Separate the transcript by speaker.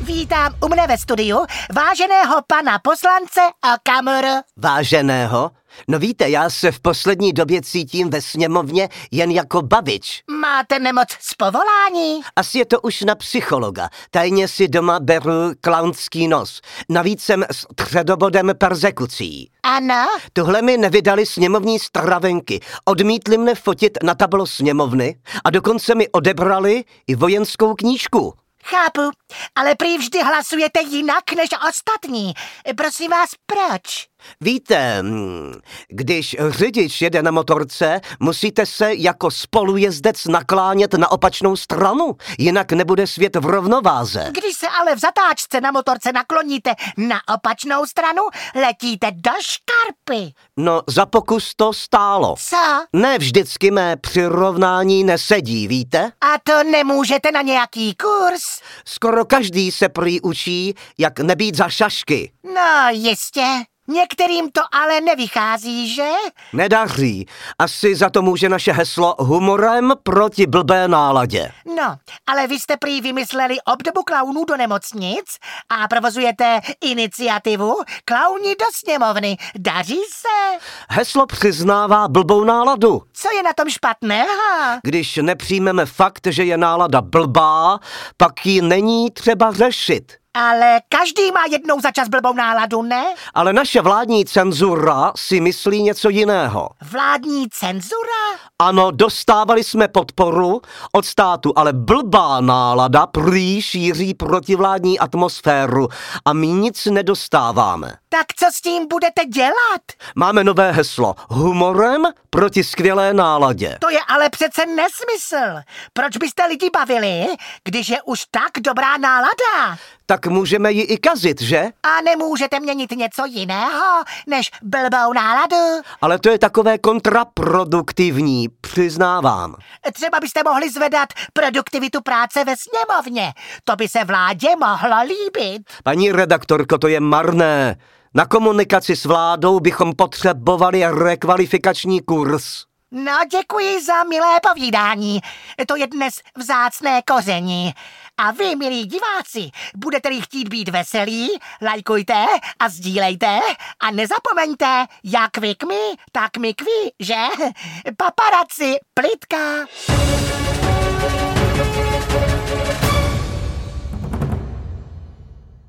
Speaker 1: vítám u mne ve studiu váženého pana poslance Okamur.
Speaker 2: Váženého? No víte, já se v poslední době cítím ve sněmovně jen jako bavič.
Speaker 1: Máte nemoc z povolání?
Speaker 2: Asi je to už na psychologa. Tajně si doma beru klaunský nos. Navíc jsem s středobodem persekucí.
Speaker 1: Ano,
Speaker 2: Tohle mi nevydali sněmovní stravenky. Odmítli mne fotit na tablo sněmovny a dokonce mi odebrali i vojenskou knížku.
Speaker 1: chápu, ale prý vždy hlasujete jinak než ostatní. Prosím vás, proč?
Speaker 2: Víte, hm, když řidič jede na motorce, musíte se jako spolujezdec naklánět na opačnou stranu, jinak nebude svět v rovnováze.
Speaker 1: Když se ale v zatáčce na motorce nakloníte na opačnou stranu, letíte do škarpy.
Speaker 2: No, za pokus to stálo.
Speaker 1: Co?
Speaker 2: Ne vždycky mé přirovnání nesedí, víte?
Speaker 1: A to nemůžete na nějaký kurz?
Speaker 2: Skoro každý se prý učí, jak nebýt za šašky.
Speaker 1: No, jistě. Některým to ale nevychází, že?
Speaker 2: Nedaří. Asi za to může naše heslo humorem proti blbé náladě.
Speaker 1: No, ale vy jste prý vymysleli obdobu klaunů do nemocnic a provozujete iniciativu Klauni do sněmovny. Daří se?
Speaker 2: Heslo přiznává blbou náladu.
Speaker 1: Co je na tom špatného?
Speaker 2: Když nepřijmeme fakt, že je nálada blbá, pak ji není třeba řešit.
Speaker 1: Ale každý má jednou za čas blbou náladu, ne?
Speaker 2: Ale naše vládní cenzura si myslí něco jiného.
Speaker 1: Vládní cenzura?
Speaker 2: Ano, dostávali jsme podporu od státu, ale blbá nálada prý šíří protivládní atmosféru a my nic nedostáváme.
Speaker 1: Tak co s tím budete dělat?
Speaker 2: Máme nové heslo. Humorem proti skvělé náladě.
Speaker 1: To je ale přece nesmysl. Proč byste lidi bavili, když je už tak dobrá nálada?
Speaker 2: Tak můžeme ji i kazit, že?
Speaker 1: A nemůžete měnit něco jiného, než blbou náladu?
Speaker 2: Ale to je takové kontraproduktivní, přiznávám.
Speaker 1: Třeba byste mohli zvedat produktivitu práce ve sněmovně. To by se vládě mohlo líbit.
Speaker 2: Paní redaktorko, to je marné. Na komunikaci s vládou bychom potřebovali rekvalifikační kurz.
Speaker 1: No, děkuji za milé povídání. To je dnes vzácné koření. A vy, milí diváci, budete-li chtít být veselí, lajkujte a sdílejte a nezapomeňte, jak vy k my, tak my k vy, že? Paparaci, plitka.